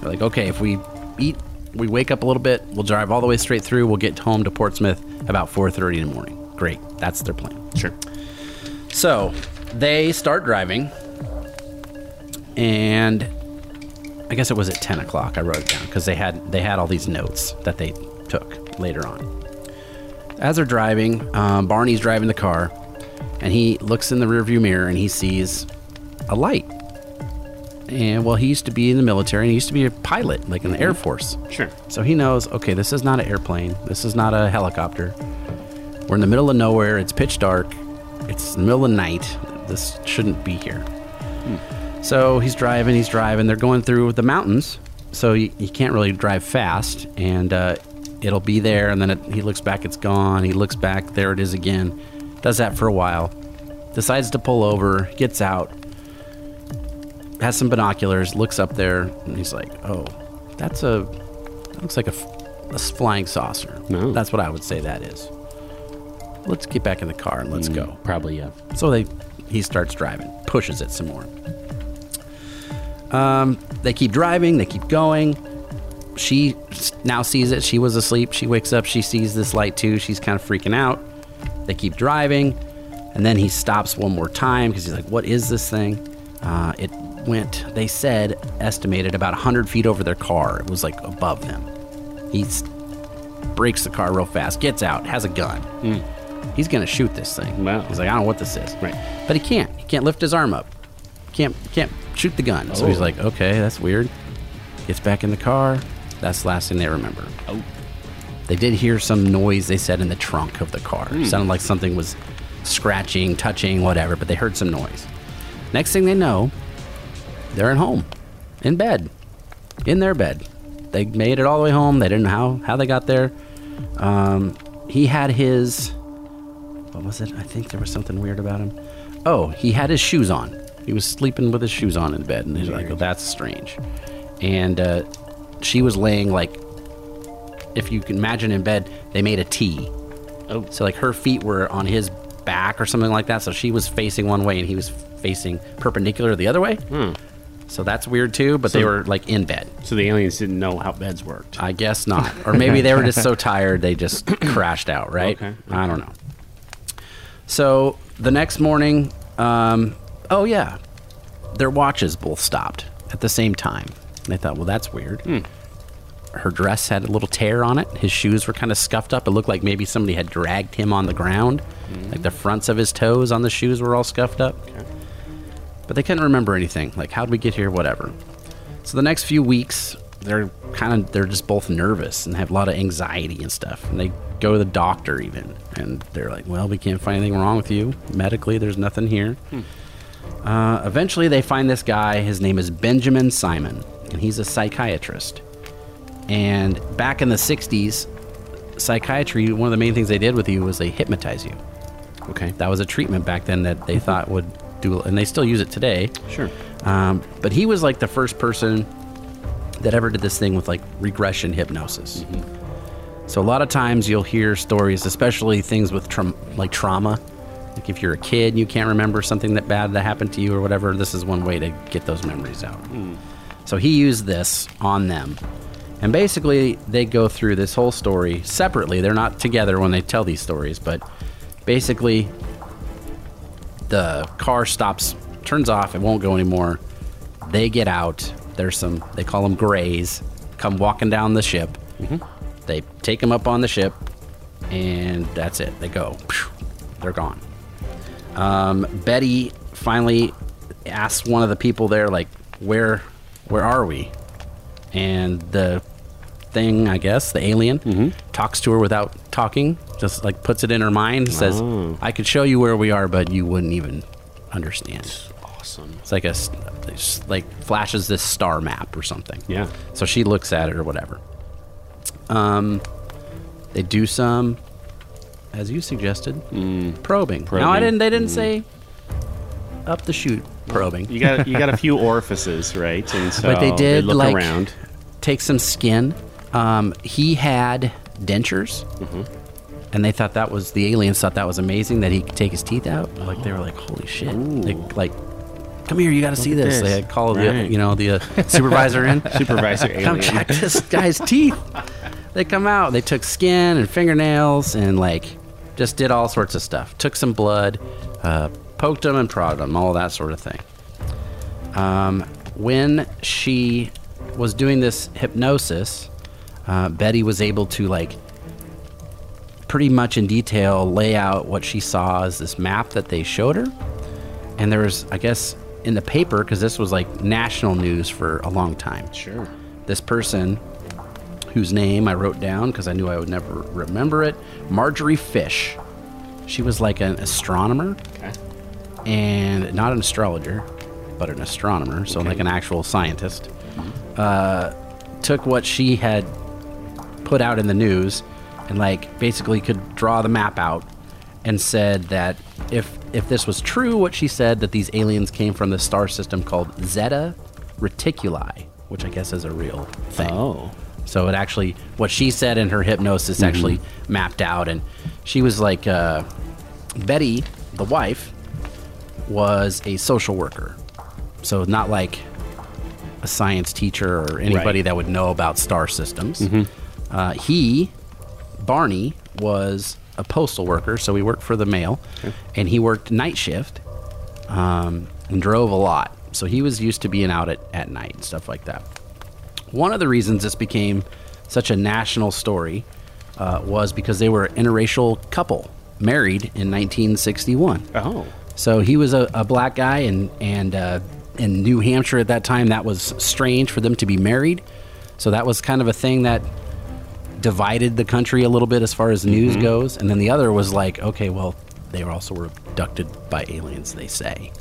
Speaker 1: They're like, okay, if we eat, we wake up a little bit. We'll drive all the way straight through. We'll get home to Portsmouth about 4:30 in the morning. Great, that's their plan.
Speaker 2: Sure.
Speaker 1: So they start driving, and I guess it was at ten o'clock. I wrote it down because they had they had all these notes that they took later on. As they're driving, um, Barney's driving the car, and he looks in the rearview mirror and he sees a light. And well, he used to be in the military and he used to be a pilot, like in the Air Force.
Speaker 2: Sure.
Speaker 1: So he knows, okay, this is not an airplane. This is not a helicopter. We're in the middle of nowhere. It's pitch dark. It's the middle of the night. This shouldn't be here. So he's driving, he's driving. They're going through the mountains. So you, you can't really drive fast. And uh, it'll be there. And then it, he looks back, it's gone. He looks back, there it is again. Does that for a while. Decides to pull over, gets out, has some binoculars, looks up there, and he's like, "Oh, that's a that looks like a, f- a s- flying saucer."
Speaker 2: No.
Speaker 1: That's what I would say that is. Let's get back in the car and let's
Speaker 2: Hmm.
Speaker 1: go. uh,
Speaker 2: Probably yeah.
Speaker 1: So they he starts driving, pushes it some more. Um, they keep driving, they keep going. She s- now sees it. She was asleep. She wakes up. She sees this light too. She's kind of freaking out. They keep driving, and then he stops one more time because he's like, "What is this thing?" Uh, it went. They said estimated about 100 feet over their car. It was like above them. He s- brakes the car real fast, gets out, has a gun. He's gonna shoot this thing.
Speaker 2: Wow.
Speaker 1: He's like, I don't know what this is.
Speaker 2: Right.
Speaker 1: But he can't. He can't lift his arm up. Can't can't shoot the gun. So he's
Speaker 2: Oh.
Speaker 1: like, okay, that's weird. Gets back in the car. That's the last thing they remember.
Speaker 2: Oh.
Speaker 1: They did hear some noise they said in the trunk of the car.
Speaker 2: Hmm.
Speaker 1: Sounded like something was scratching, touching, whatever, but they heard some noise. Next thing they know, they're at home, in bed, in their bed. They made it all the way home. They didn't know how, how they got there. Um, he had his, what was it? I think there was something weird about him. Oh, he had his shoes on. He was sleeping with his shoes on in bed, and he's like, oh, that's strange. and uh, she was laying like, if you can imagine in bed, they made a T.
Speaker 2: Oh.
Speaker 1: So like her feet were on his back or something like that. So she was facing one way and he was facing perpendicular the other way. So that's weird too. But they were like in bed.
Speaker 2: So the aliens didn't know how beds worked.
Speaker 1: I guess not. Or maybe they were just
Speaker 2: <laughs>
Speaker 1: so tired they
Speaker 2: <clears throat>
Speaker 1: just crashed out, right?
Speaker 2: Okay.
Speaker 1: I don't know. So the next morning, um, oh yeah, their watches both stopped at the same time. And I thought, well, that's weird.
Speaker 2: Hmm.
Speaker 1: Her dress had a little tear on it. His shoes were kind of scuffed up. It looked like maybe somebody had dragged him on the ground.
Speaker 2: Hmm.
Speaker 1: Like the fronts of his toes on the shoes were all scuffed up. But they couldn't remember anything. Like, how'd we get here? Whatever. So the next few weeks, they're kind of they're just both nervous and have a lot of anxiety and stuff. And they go to the doctor even, and they're like, "Well, we can't find anything wrong with you medically. There's nothing here." Uh, eventually, they find this guy. His name is Benjamin Simon, and he's a psychiatrist. And back in the '60s, psychiatry one of the main things they did with you was they hypnotize you.
Speaker 2: Okay.
Speaker 1: That was a treatment back then that they thought would do, and they still use it today.
Speaker 2: Sure.
Speaker 1: Um, but he was like the first person that ever did this thing with like regression hypnosis. So a lot of times you'll hear stories, especially things with traum like trauma. Like if you're a kid and you can't remember something that bad that happened to you or whatever, this is one way to get those memories out. So he used this on them. And basically, they go through this whole story separately. They're not together when they tell these stories, but basically, the car stops, turns off, it won't go anymore. They get out. There's some, they call them grays, come walking down the ship. They take them up on the ship, and that's it. They go. Phew. They're gone. Um, Betty finally asks one of the people there, like, where, where are we? And the thing, I guess, the alien, talks to her without talking, just like puts it in her mind, and says,
Speaker 2: Oh.
Speaker 1: I could show you where we are, but you wouldn't even understand.
Speaker 2: Awesome.
Speaker 1: It's like a s- it's like flashes this star map or something.
Speaker 2: Yeah.
Speaker 1: So she looks at it or whatever. Um, they do some, as you suggested, probing. Now I
Speaker 2: Mm. Probing. Mm.
Speaker 1: didn't. They didn't say up the chute probing.
Speaker 2: You got you got a few orifices, right? And
Speaker 1: <laughs>
Speaker 2: so
Speaker 1: but they did
Speaker 2: look
Speaker 1: like
Speaker 2: around.
Speaker 1: take some skin. Um, he had dentures,
Speaker 2: Mm-hmm.
Speaker 1: and they thought that was the aliens thought that was amazing that he could take his teeth out. Like they were like, "Holy shit!" They, like, "Come here, you got to see
Speaker 2: at
Speaker 1: this."
Speaker 2: this.
Speaker 1: They had called the
Speaker 2: Right.
Speaker 1: you know the uh, supervisor
Speaker 2: <laughs>
Speaker 1: in. <laughs>
Speaker 2: Supervisor
Speaker 1: Come
Speaker 2: alien.
Speaker 1: check this guy's teeth. They come out. They took skin and fingernails and like just did all sorts of stuff. Took some blood, uh, poked him and prodded him, all that sort of thing. Um, when she was doing this hypnosis, uh, Betty was able to like pretty much in detail lay out what she saw as this map that they showed her. And there was, I guess, in the paper because this was like national news for a long time
Speaker 2: Sure.
Speaker 1: this person whose name I wrote down because I knew I would never remember it Marjorie Fish. She was like an astronomer
Speaker 2: Okay.
Speaker 1: and not an astrologer, but an astronomer, so like an actual scientist. Uh, took what she had put out in the news and like basically could draw the map out and said that if if this was true what she said that these aliens came from the star system called Zeta Reticuli, which I guess is a real thing.
Speaker 2: Oh.
Speaker 1: So it actually, what she said in her hypnosis actually mapped out, and she was like, uh, Betty, the wife, was a social worker, so not like a science teacher or anybody
Speaker 2: Right.
Speaker 1: that would know about star systems. Uh, he, Barney, was a postal worker, so he worked for the mail, and he worked night shift um, and drove a lot. So he was used to being out at, at night and stuff like that. One of the reasons this became such a national story uh, was because they were an interracial couple married in 1961.
Speaker 2: Oh.
Speaker 1: So he was a, a black guy, and and uh, in New Hampshire at that time, that was strange for them to be married. So that was kind of a thing that divided the country a little bit as far as news
Speaker 2: Mm-hmm.
Speaker 1: goes. And then the other was like, okay, well, they were also were abducted by aliens, they say.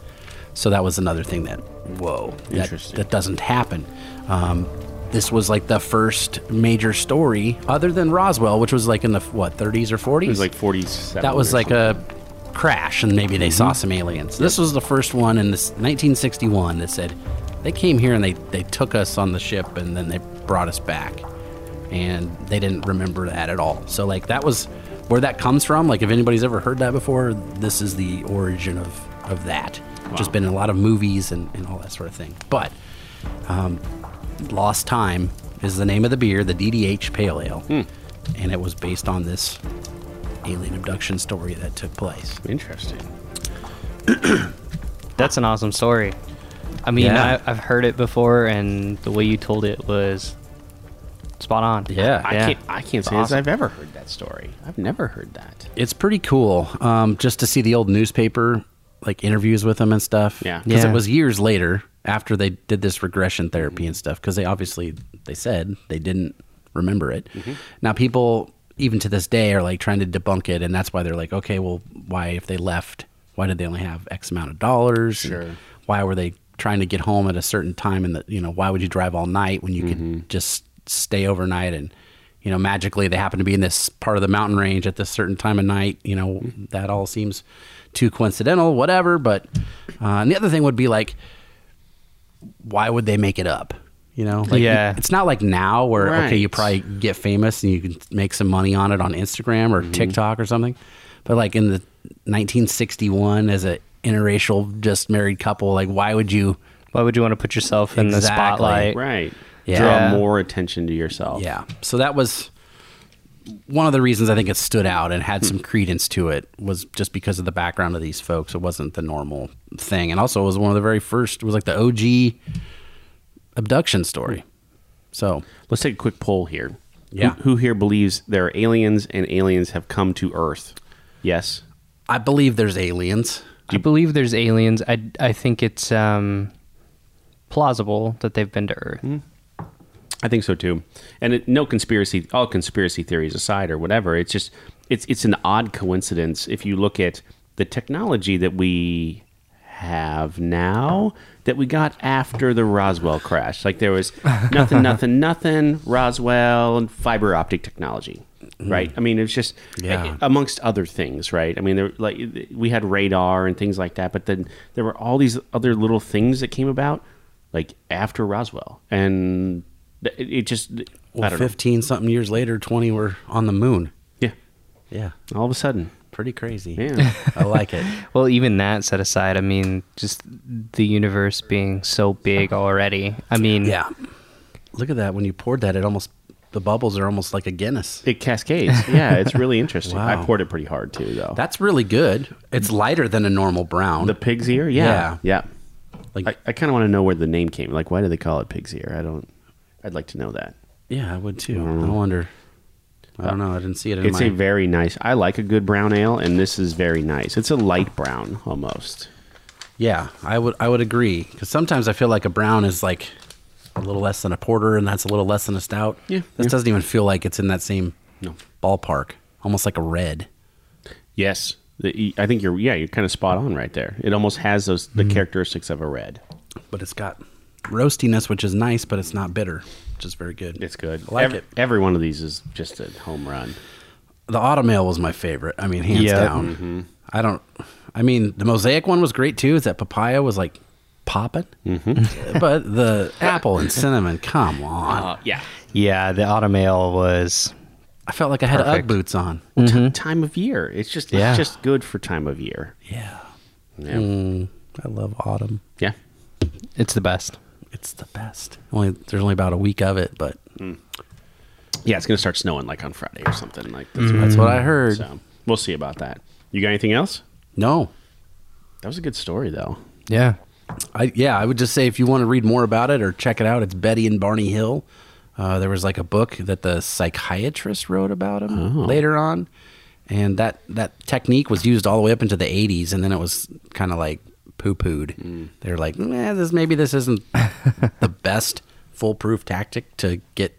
Speaker 1: So that was another thing that whoa, that,
Speaker 2: Interesting.
Speaker 1: that doesn't happen. Um, this was like the first major story, other than Roswell, which was like in the what 30s or 40s.
Speaker 2: It was like 47.
Speaker 1: That was Mm-hmm.
Speaker 2: or
Speaker 1: like a crash, and maybe they saw some aliens. This was the first one in this 1961 that said They came here and they, they took us on the ship and then they brought us back. And they didn't remember that at all. So, like, that was where that comes from. Like, if anybody's ever heard that before, this is the origin of, of that. Just been in a lot of movies and, and all that sort of thing. But um, Lost Time is the name of the beer, the DDH Pale Ale. And it was based on this alien abduction story that took place.
Speaker 2: Interesting.
Speaker 3: That's an awesome story. I mean,
Speaker 1: Yeah.
Speaker 3: I, I've heard it before, and the way you told it was spot on.
Speaker 1: Yeah.
Speaker 2: I
Speaker 3: Yeah.
Speaker 2: can't. I can't say this.
Speaker 3: Awesome.
Speaker 2: I've ever heard that story. I've never heard that.
Speaker 1: It's pretty cool um, just to see the old newspaper, like interviews with them and stuff.
Speaker 2: Yeah.
Speaker 1: Because
Speaker 3: Yeah.
Speaker 1: it was years later after they did this regression therapy and stuff, because they obviously, they said they didn't remember it.
Speaker 2: Mm-hmm.
Speaker 1: Now, people, even to this day, are like trying to debunk it. And that's why they're like, okay, well, why, if they left, why did they only have X amount of dollars? And
Speaker 2: Sure.
Speaker 1: Why were they trying to get home at a certain time? And, the, you know, why would you drive all night when you could just stay overnight and, you know, magically they happen to be in this part of the mountain range at this certain time of night. You know, that all seems too coincidental, whatever. But uh, and the other thing would be like, why would they make it up? You know, like
Speaker 3: Yeah.
Speaker 1: it's not like now where okay, you
Speaker 2: Right.
Speaker 1: probably get famous and you can make some money on it on Instagram
Speaker 2: Mm-hmm.
Speaker 1: or TikTok or something. But like in the 1961, as a interracial just married couple, like why would you?
Speaker 3: Why would you want to put yourself in the
Speaker 1: Exactly.
Speaker 3: spotlight?
Speaker 2: Right.
Speaker 1: Yeah.
Speaker 2: Draw more attention to yourself.
Speaker 1: Yeah. So that was one of the reasons I think it stood out and
Speaker 2: Hmm.
Speaker 1: had some credence to it was just because of the background of these folks. It wasn't the normal thing. And also it was one of the very first it was like the OG abduction story. So
Speaker 2: Let's take a quick poll here.
Speaker 1: Yeah.
Speaker 2: Who, who here believes there are aliens and aliens have come to Earth? Yes.
Speaker 1: I believe there's aliens.
Speaker 3: I believe there's aliens. I, I think it's um, plausible that they've been to Earth.
Speaker 2: I think so too. And it, no conspiracy, all conspiracy theories aside or whatever, it's just it's it's an odd coincidence if you look at the technology that we have now that we got after the Roswell crash. Like there was nothing, nothing, nothing, Roswell and fiber optic technology. Right. I mean, it's just
Speaker 1: Yeah.
Speaker 2: amongst other things, right? I mean, there, like we had radar and things like that, but then there were all these other little things that came about, like after Roswell, and th- it it just I
Speaker 1: Well,
Speaker 2: don't
Speaker 1: fifteen something years later, twenty were on the moon.
Speaker 2: know. Yeah,
Speaker 1: Yeah.
Speaker 2: all of a sudden,
Speaker 1: Pretty crazy.
Speaker 2: yeah,
Speaker 1: I like
Speaker 2: <laughs>
Speaker 1: it.
Speaker 3: Well, even that set aside, I mean, just the universe being so big already. I mean,
Speaker 1: Yeah. Look at that. When you poured that, it almost the bubbles are almost like a Guinness.
Speaker 2: it
Speaker 1: <laughs>
Speaker 2: cascades. Yeah, it's really interesting.
Speaker 1: Wow.
Speaker 2: I poured it pretty hard too, though.
Speaker 1: That's really good. It's lighter than a normal brown.
Speaker 2: the pig's ear, yeah, yeah.
Speaker 1: Like-
Speaker 2: I, I kind of want to know where the name came. Like, why do they call it pig's ear? I don't. I'd like to know that.
Speaker 1: Yeah, I would too. I wonder. I don't know. I didn't see it in
Speaker 2: Mm. It's
Speaker 1: my.
Speaker 2: a very nice. I like a good brown ale, and this is very nice. It's a light brown almost.
Speaker 1: yeah, I would. I would agree because sometimes I feel like a brown is like a little less than a porter, and that's a little less than a stout.
Speaker 2: Yeah,
Speaker 1: this
Speaker 2: yeah.
Speaker 1: doesn't even feel like it's in that same
Speaker 2: No.
Speaker 1: ballpark. Almost like a red.
Speaker 2: Yes, the, I think you're. Yeah, you're kind of spot on right there. It almost has those the
Speaker 1: Mm-hmm.
Speaker 2: characteristics of a red.
Speaker 1: but it's got roastiness, which is nice, but it's not bitter, which is very good.
Speaker 2: It's good.
Speaker 1: I like
Speaker 2: every,
Speaker 1: it.
Speaker 2: Every one of these is just a home run.
Speaker 1: The autumn ale was my favorite. I mean, hands
Speaker 3: Yeah.
Speaker 1: down. I don't. I mean, the mosaic one was great too. Is that papaya was like popping, <laughs> but the apple and cinnamon. Come on.
Speaker 2: yeah.
Speaker 3: yeah, the automail was.
Speaker 1: I felt like I had Ugg boots on.
Speaker 2: time of year. It's just
Speaker 3: Yeah.
Speaker 2: it's just good for time of year.
Speaker 1: Yeah.
Speaker 2: Yeah.
Speaker 1: Mm. I love autumn.
Speaker 2: Yeah.
Speaker 3: It's the best.
Speaker 1: It's the best. Only there's only about a week of it, but
Speaker 2: Yeah, It's gonna start snowing like on Friday or something like this.
Speaker 1: Mm-hmm. that's what I heard.
Speaker 2: Mm. So we'll see about that. You got anything else?
Speaker 1: No.
Speaker 2: That was a good story though.
Speaker 3: Yeah.
Speaker 1: I yeah, I would just say if you want to read more about it or check it out, it's Betty and Barney Hill. Uh, there was like a book that the psychiatrist wrote about him later on, and that that technique was used all the way up into the '80s, and then it was kind of like poo-pooed. They're like, nah, this maybe this isn't the best foolproof tactic to get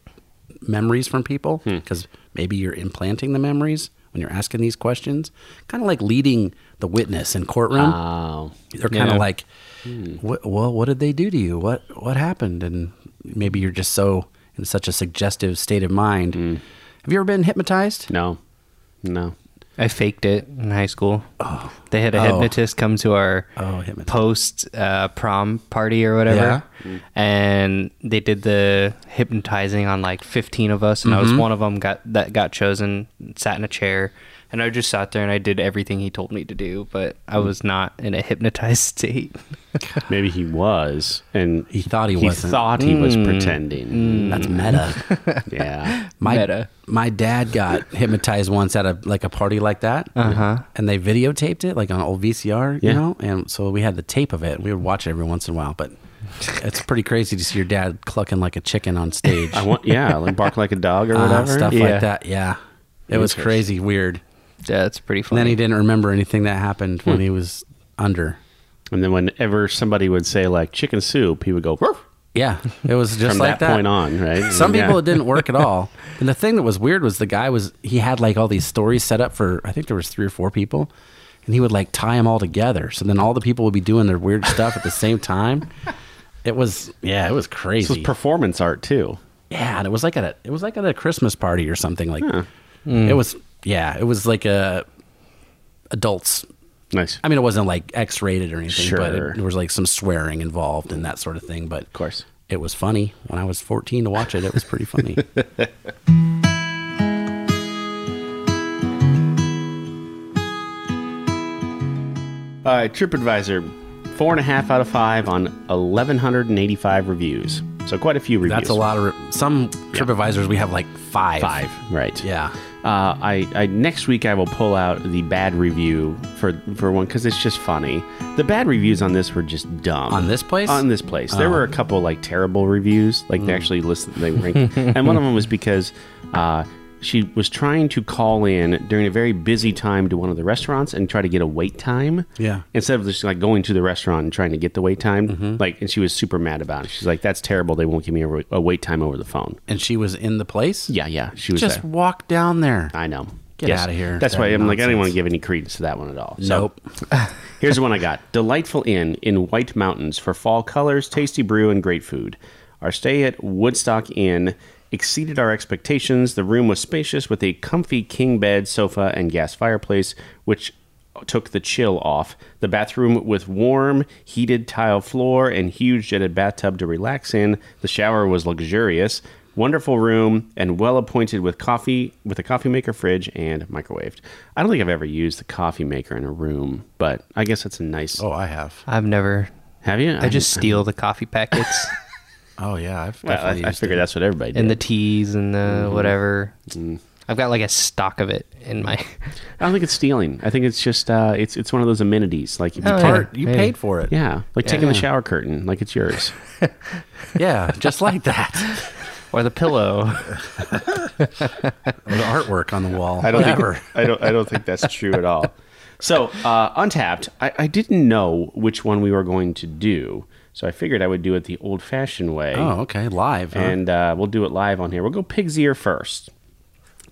Speaker 1: memories from people because maybe you're implanting the memories when you're asking these questions, kind of like leading the witness in courtroom
Speaker 2: Oh.
Speaker 1: they're kind of
Speaker 3: Yeah.
Speaker 1: like,
Speaker 2: Hmm.
Speaker 1: "What- well, what did they do to you? What what happened? And maybe you're just so in
Speaker 2: Hmm.
Speaker 1: such a suggestive state of mind. Have you ever been hypnotized?
Speaker 2: No. No.
Speaker 3: I faked it in high school. They had a
Speaker 1: Oh.
Speaker 3: hypnotist come to our
Speaker 1: Oh, hypnotist.
Speaker 3: post uh, prom party or whatever, and they did the hypnotizing on like fifteen of us, and
Speaker 1: Mm-hmm.
Speaker 3: I was one of them got that got chosen, sat in a chair, and I just sat there and I did everything he told me to do, but I
Speaker 1: Mm.
Speaker 3: was not in a hypnotized <laughs> state.
Speaker 2: Maybe he was, and
Speaker 1: He thought he wasn't. Mm.
Speaker 2: thought he was pretending.
Speaker 1: That's
Speaker 2: <laughs>
Speaker 1: meta.
Speaker 2: Yeah,
Speaker 1: My
Speaker 3: Meta.
Speaker 1: my dad
Speaker 2: <laughs>
Speaker 1: got hypnotized once at a like a party like that, uh-huh. and they videotaped it like on an old VCR, you
Speaker 2: Yeah.
Speaker 1: know. And so we had the tape of it. We would watch it every once in a while, but it's pretty crazy to see your dad clucking like a chicken on
Speaker 2: <laughs>
Speaker 1: stage,
Speaker 2: I want. Yeah,
Speaker 1: <laughs>
Speaker 2: like bark like a dog or
Speaker 1: Uh,
Speaker 2: whatever.
Speaker 1: stuff
Speaker 2: yeah.
Speaker 1: like that. Yeah, it was
Speaker 2: Interesting.
Speaker 1: crazy weird.
Speaker 3: Yeah, it's pretty
Speaker 1: And
Speaker 3: funny.
Speaker 1: then he didn't remember anything that happened
Speaker 2: Hmm.
Speaker 1: when he was under.
Speaker 2: And then whenever somebody would say like chicken soup, he would go "Ruff,"
Speaker 1: Yeah, it was just
Speaker 2: <laughs> from
Speaker 1: like
Speaker 2: that, point
Speaker 1: <laughs>
Speaker 2: on, right?
Speaker 1: Some
Speaker 2: Yeah.
Speaker 1: people it didn't
Speaker 2: <laughs>
Speaker 1: work at all. And the thing that was weird was the guy was he had like all these stories set up for I think there was three or four people, and he would like tie them all together. So then all the people would be doing their weird stuff at the same time. It was yeah, it was
Speaker 2: This was
Speaker 1: crazy.
Speaker 2: performance art too.
Speaker 1: yeah, and it was like at a it was like at a Christmas party or something like.
Speaker 2: Hmm.
Speaker 1: It was yeah, it was like a adults.
Speaker 2: Nice.
Speaker 1: I mean, it wasn't like X rated or anything, but
Speaker 2: Sure.
Speaker 1: it, there was like some swearing involved and that sort of thing. But
Speaker 2: of course.
Speaker 1: it was funny when I was 14 to watch it. It was pretty
Speaker 2: <laughs>
Speaker 1: funny.
Speaker 2: All right, Uh, TripAdvisor, four and a half out of five on 1,185 reviews. So quite a few reviews.
Speaker 1: That's a lot of re- some trip advisors we have like five.
Speaker 2: Five, right?
Speaker 1: Yeah.
Speaker 2: Uh, I, I next week I will pull out the bad review for for one because it's just funny. The bad reviews on this were just dumb.
Speaker 1: On this place? Oh. Mm.
Speaker 2: On this place, there were a couple like terrible reviews. Like they actually listed they
Speaker 1: <laughs>
Speaker 2: ranked, and one of them was because uh, she was trying to call in during a very busy time to one of the restaurants and try to get a wait time.
Speaker 1: Yeah. Mm-hmm.
Speaker 2: Instead of just like going to the restaurant and trying to get the wait time, like, and she was super mad about it. She's like, "That's terrible. They won't give me a, wa- a wait time over the phone."
Speaker 1: And she was in the place.
Speaker 2: Yeah, yeah. She was
Speaker 1: Just
Speaker 2: there.
Speaker 1: walk down there.
Speaker 2: I know.
Speaker 1: Get outta here.
Speaker 2: That's
Speaker 1: That
Speaker 2: why I'm like, I didn't
Speaker 1: nonsense.
Speaker 2: want to give any credence to that one at all. So,
Speaker 1: nope.
Speaker 2: Here's the one I got Delightful Inn in White Mountains for fall colors, tasty brew, and great food. Our stay at Woodstock Inn exceeded our expectations. The room was spacious with a comfy king bed, sofa, and gas fireplace, which took the chill off. The bathroom with warm, heated tile floor and huge jetted bathtub to relax in. The shower was luxurious. Wonderful room and well appointed with coffee, with a coffee maker, fridge, and microwaved. I don't think I've ever used the coffee maker in a room, but I guess that's a nice.
Speaker 1: Oh, I have.
Speaker 3: I've never.
Speaker 2: Have you?
Speaker 3: I just steal the
Speaker 1: <laughs>
Speaker 3: coffee packets
Speaker 1: Oh yeah, I've
Speaker 2: Well, I,
Speaker 1: definitely.
Speaker 2: I
Speaker 1: used
Speaker 2: figured
Speaker 1: it.
Speaker 2: that's what everybody did.
Speaker 3: and the teas and the
Speaker 1: Mm-hmm.
Speaker 3: whatever.
Speaker 1: Mm.
Speaker 3: I've got like a stock of it in my.
Speaker 2: I don't think it's stealing. I think it's just uh, it's it's one of those amenities. Like if you
Speaker 3: Oh,
Speaker 2: take-
Speaker 1: Part,
Speaker 3: Yeah,
Speaker 1: you
Speaker 3: maybe.
Speaker 1: paid for it.
Speaker 2: yeah. like taking the
Speaker 1: Yeah.
Speaker 2: shower curtain, like it's yours.
Speaker 1: <laughs> Yeah, just like that.
Speaker 2: <laughs>
Speaker 3: or the <laughs> pillow.
Speaker 1: Or the artwork on the wall.
Speaker 2: I don't
Speaker 1: Whatever.
Speaker 2: think I don't I don't think that's true at all. So uh, untapped, I, I didn't know which one we were going to do, so I figured I would do it the old-fashioned way.
Speaker 1: Oh, okay. Live. Huh?
Speaker 3: Uh-huh.
Speaker 2: and uh, we'll do it live on here. We'll go pig's ear first.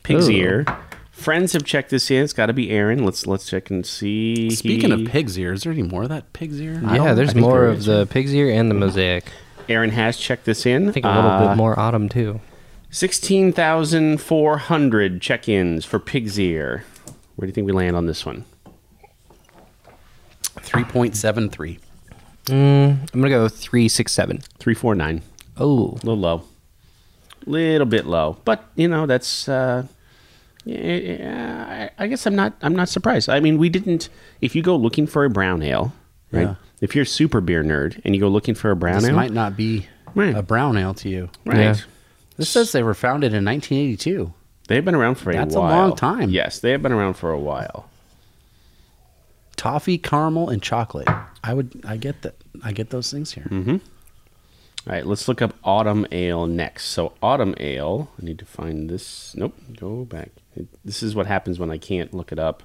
Speaker 2: Pig's
Speaker 3: Ooh.
Speaker 2: ear. Friends have checked this in. It's got to be Aaron. Let's let's check and see.
Speaker 1: Speaking
Speaker 2: He-
Speaker 1: of pig's ear, is there any more of that pig's ear? I
Speaker 3: yeah,
Speaker 1: don't-
Speaker 3: there's
Speaker 2: think
Speaker 3: more
Speaker 2: there
Speaker 3: of
Speaker 2: is.
Speaker 3: the pig's ear and the mosaic.
Speaker 2: Aaron has checked this in. Uh,
Speaker 3: I think a little bit more autumn too.
Speaker 2: Sixteen thousand four hundred check-ins for pig's ear. Where do you think we land on this one?
Speaker 1: 3.73.
Speaker 3: I'm gonna go three six seven.
Speaker 2: Three four nine.
Speaker 3: Oh,
Speaker 2: A little low. Little bit low, but you know that's. Uh, yeah, yeah, I I guess I'm not. I'm not surprised. I mean, we didn't. If you go looking for a brown ale, right?
Speaker 1: Yeah.
Speaker 2: If you're a super beer nerd and you go looking for a brown
Speaker 1: This
Speaker 2: ale,
Speaker 1: might not be
Speaker 2: Right.
Speaker 1: a brown ale to you.
Speaker 2: right?
Speaker 3: Yeah.
Speaker 1: This says they were founded in 1982.
Speaker 2: They've been around for a
Speaker 1: That's a
Speaker 2: while.
Speaker 1: long time.
Speaker 2: Yes, they have been around for a while.
Speaker 1: Toffee, caramel, and chocolate. I would. I get that. I get those things here.
Speaker 2: All right, let's look up autumn ale next. So autumn ale, I need to find this. Nope, go back. It- This is what happens when I can't look it up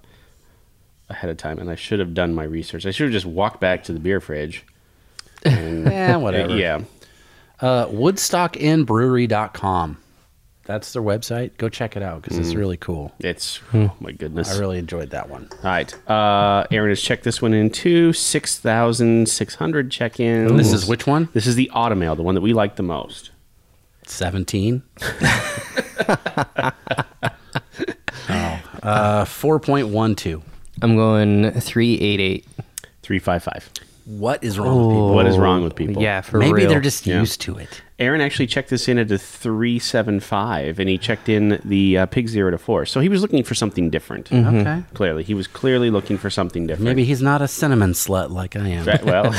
Speaker 2: ahead of time, and I should have done my research. I should have just walked back to the beer fridge. And,
Speaker 1: Yeah, Eh, whatever.
Speaker 2: yeah,
Speaker 1: Uh, WoodstockInBrewery.com. That's their website. Go check it out because it's really cool.
Speaker 2: it's oh my goodness.
Speaker 1: Hmm. I really enjoyed that one.
Speaker 2: All right, uh, Aaron has checked this one in too. Six thousand six hundred check-ins.
Speaker 1: This is which one?
Speaker 2: This is the autumn ale, the one that we like the most.
Speaker 1: 17. <laughs> oh, Uh, 4.12.
Speaker 3: I'm going 388.
Speaker 2: 355.
Speaker 1: What is wrong with people?
Speaker 2: What is wrong with people?
Speaker 3: Yeah, for
Speaker 1: Maybe
Speaker 3: real.
Speaker 1: they're
Speaker 3: <laughs>
Speaker 1: just
Speaker 2: Yeah.
Speaker 1: used to it.
Speaker 2: Aaron actually checked this in at a 375 and he checked in the uh, pig 0 to 4. So he was looking for something different.
Speaker 1: Okay.
Speaker 2: Clearly, he was clearly looking for something different.
Speaker 1: Mm-hmm. Maybe he's not a cinnamon slut like I am. <laughs>
Speaker 2: That- well,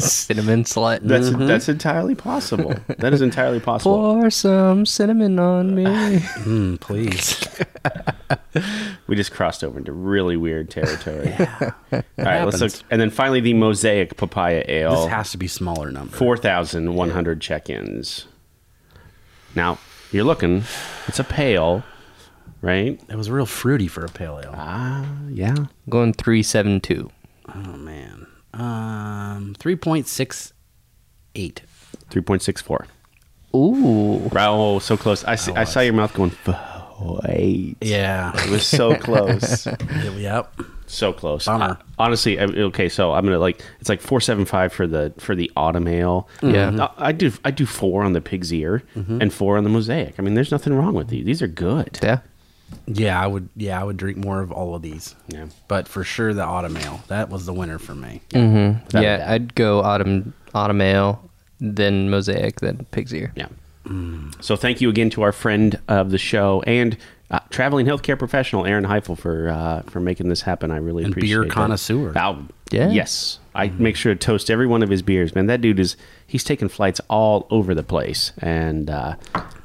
Speaker 3: cinnamon slut.
Speaker 2: that's
Speaker 1: Mm-hmm.
Speaker 2: that's entirely possible. That is entirely possible.
Speaker 3: Pour some cinnamon on <laughs> me.
Speaker 1: Mm, <laughs> please.
Speaker 2: We just crossed over into really weird territory. All right,
Speaker 1: happens.
Speaker 2: let's look. And then finally, the Mosaic Papaya
Speaker 1: This
Speaker 2: Ale.
Speaker 1: has to be smaller number.
Speaker 2: 4,100 check ins. Now, you're looking, it's a pale, right?
Speaker 1: It was real fruity for a pale ale.
Speaker 2: Ah, yeah.
Speaker 3: going 372.
Speaker 1: Oh man. Um, three point six eight.
Speaker 2: 3.64.
Speaker 3: Ooh.
Speaker 2: Wow, oh, so close. I, see, I saw your mouth going, wait.
Speaker 1: Yeah. <laughs>
Speaker 2: It was so close.
Speaker 1: yep.
Speaker 2: <laughs> so close.
Speaker 1: Bummer.
Speaker 2: I- honestly, I, okay, so I'm gonna like it's like four seven five for the for the autumn ale.
Speaker 3: Yeah.
Speaker 2: I, I do I do four on the pig's ear and four on the mosaic. I mean, there's nothing wrong with these. These are good.
Speaker 3: Yeah.
Speaker 1: Yeah, I would. Yeah, I would drink more of all of these.
Speaker 2: Yeah.
Speaker 1: But for sure, the autumn ale that was the winner for me.
Speaker 2: Without a
Speaker 3: yeah,
Speaker 2: doubt.
Speaker 3: I'd go autumn, autumn ale, then mosaic, then pig's ear.
Speaker 2: Yeah. So thank you again to our friend of the show and uh, traveling healthcare professional Aaron Heifel for uh, for making this happen. I really
Speaker 1: And beer
Speaker 2: appreciate it.
Speaker 1: connoisseur. Mm-hmm.
Speaker 2: Wow.
Speaker 3: Yeah.
Speaker 2: Yes. I make sure to toast every one of his beers, man. That dude is he's taking flights all over the place, and uh,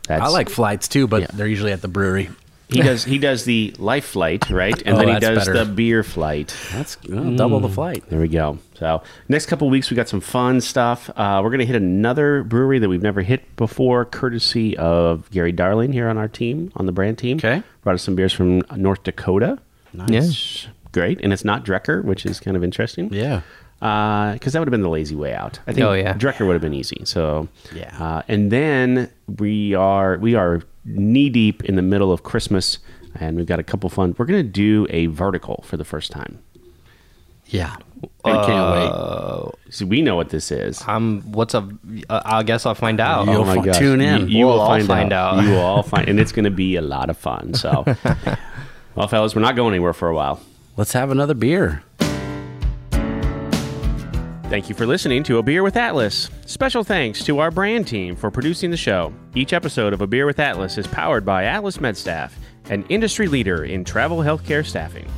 Speaker 2: that's
Speaker 1: I like flights too, but
Speaker 2: Yeah.
Speaker 1: they're usually at the brewery. <laughs>
Speaker 2: he does he does the life flight right, and
Speaker 1: Oh,
Speaker 2: then he
Speaker 1: that's
Speaker 2: does
Speaker 1: better.
Speaker 2: the beer flight.
Speaker 1: That's uh, double the flight.
Speaker 2: There we go. So next couple weeks we got some fun stuff. Uh, we're gonna hit another brewery that we've never hit before, courtesy of Gary Darling here on our team, on the brand team.
Speaker 1: Okay.
Speaker 2: brought us some beers from North Dakota.
Speaker 1: Nice.
Speaker 2: Great, and it's not Drecker, which is kind of interesting.
Speaker 1: Yeah.
Speaker 2: because that would have been the lazy way out. I think
Speaker 3: Oh, yeah.
Speaker 2: Drecker would have been easy. So
Speaker 1: Yeah.
Speaker 2: uh, and then we are we are knee deep in the middle of Christmas, and we've got a couple fun. We're gonna do a vertical for the first time.
Speaker 1: Yeah.
Speaker 2: I can't wait. Uh, See, we know what this is. Oh
Speaker 3: I'm, what's up? Uh, I guess I'll find out.
Speaker 1: You'll fi-
Speaker 2: gosh.
Speaker 1: tune in.
Speaker 2: You, you
Speaker 3: We'll
Speaker 2: will
Speaker 3: all
Speaker 2: find,
Speaker 3: find
Speaker 2: out.
Speaker 3: out.
Speaker 2: You will all find, and it's going to be a lot of fun. So, well, fellas, we're not going anywhere for a while.
Speaker 1: Let's have another beer.
Speaker 2: Thank you for listening to A Beer with Atlas. Special thanks to our brand team for producing the show. Each episode of A Beer with Atlas is powered by Atlas MedStaff, an industry leader in travel healthcare staffing.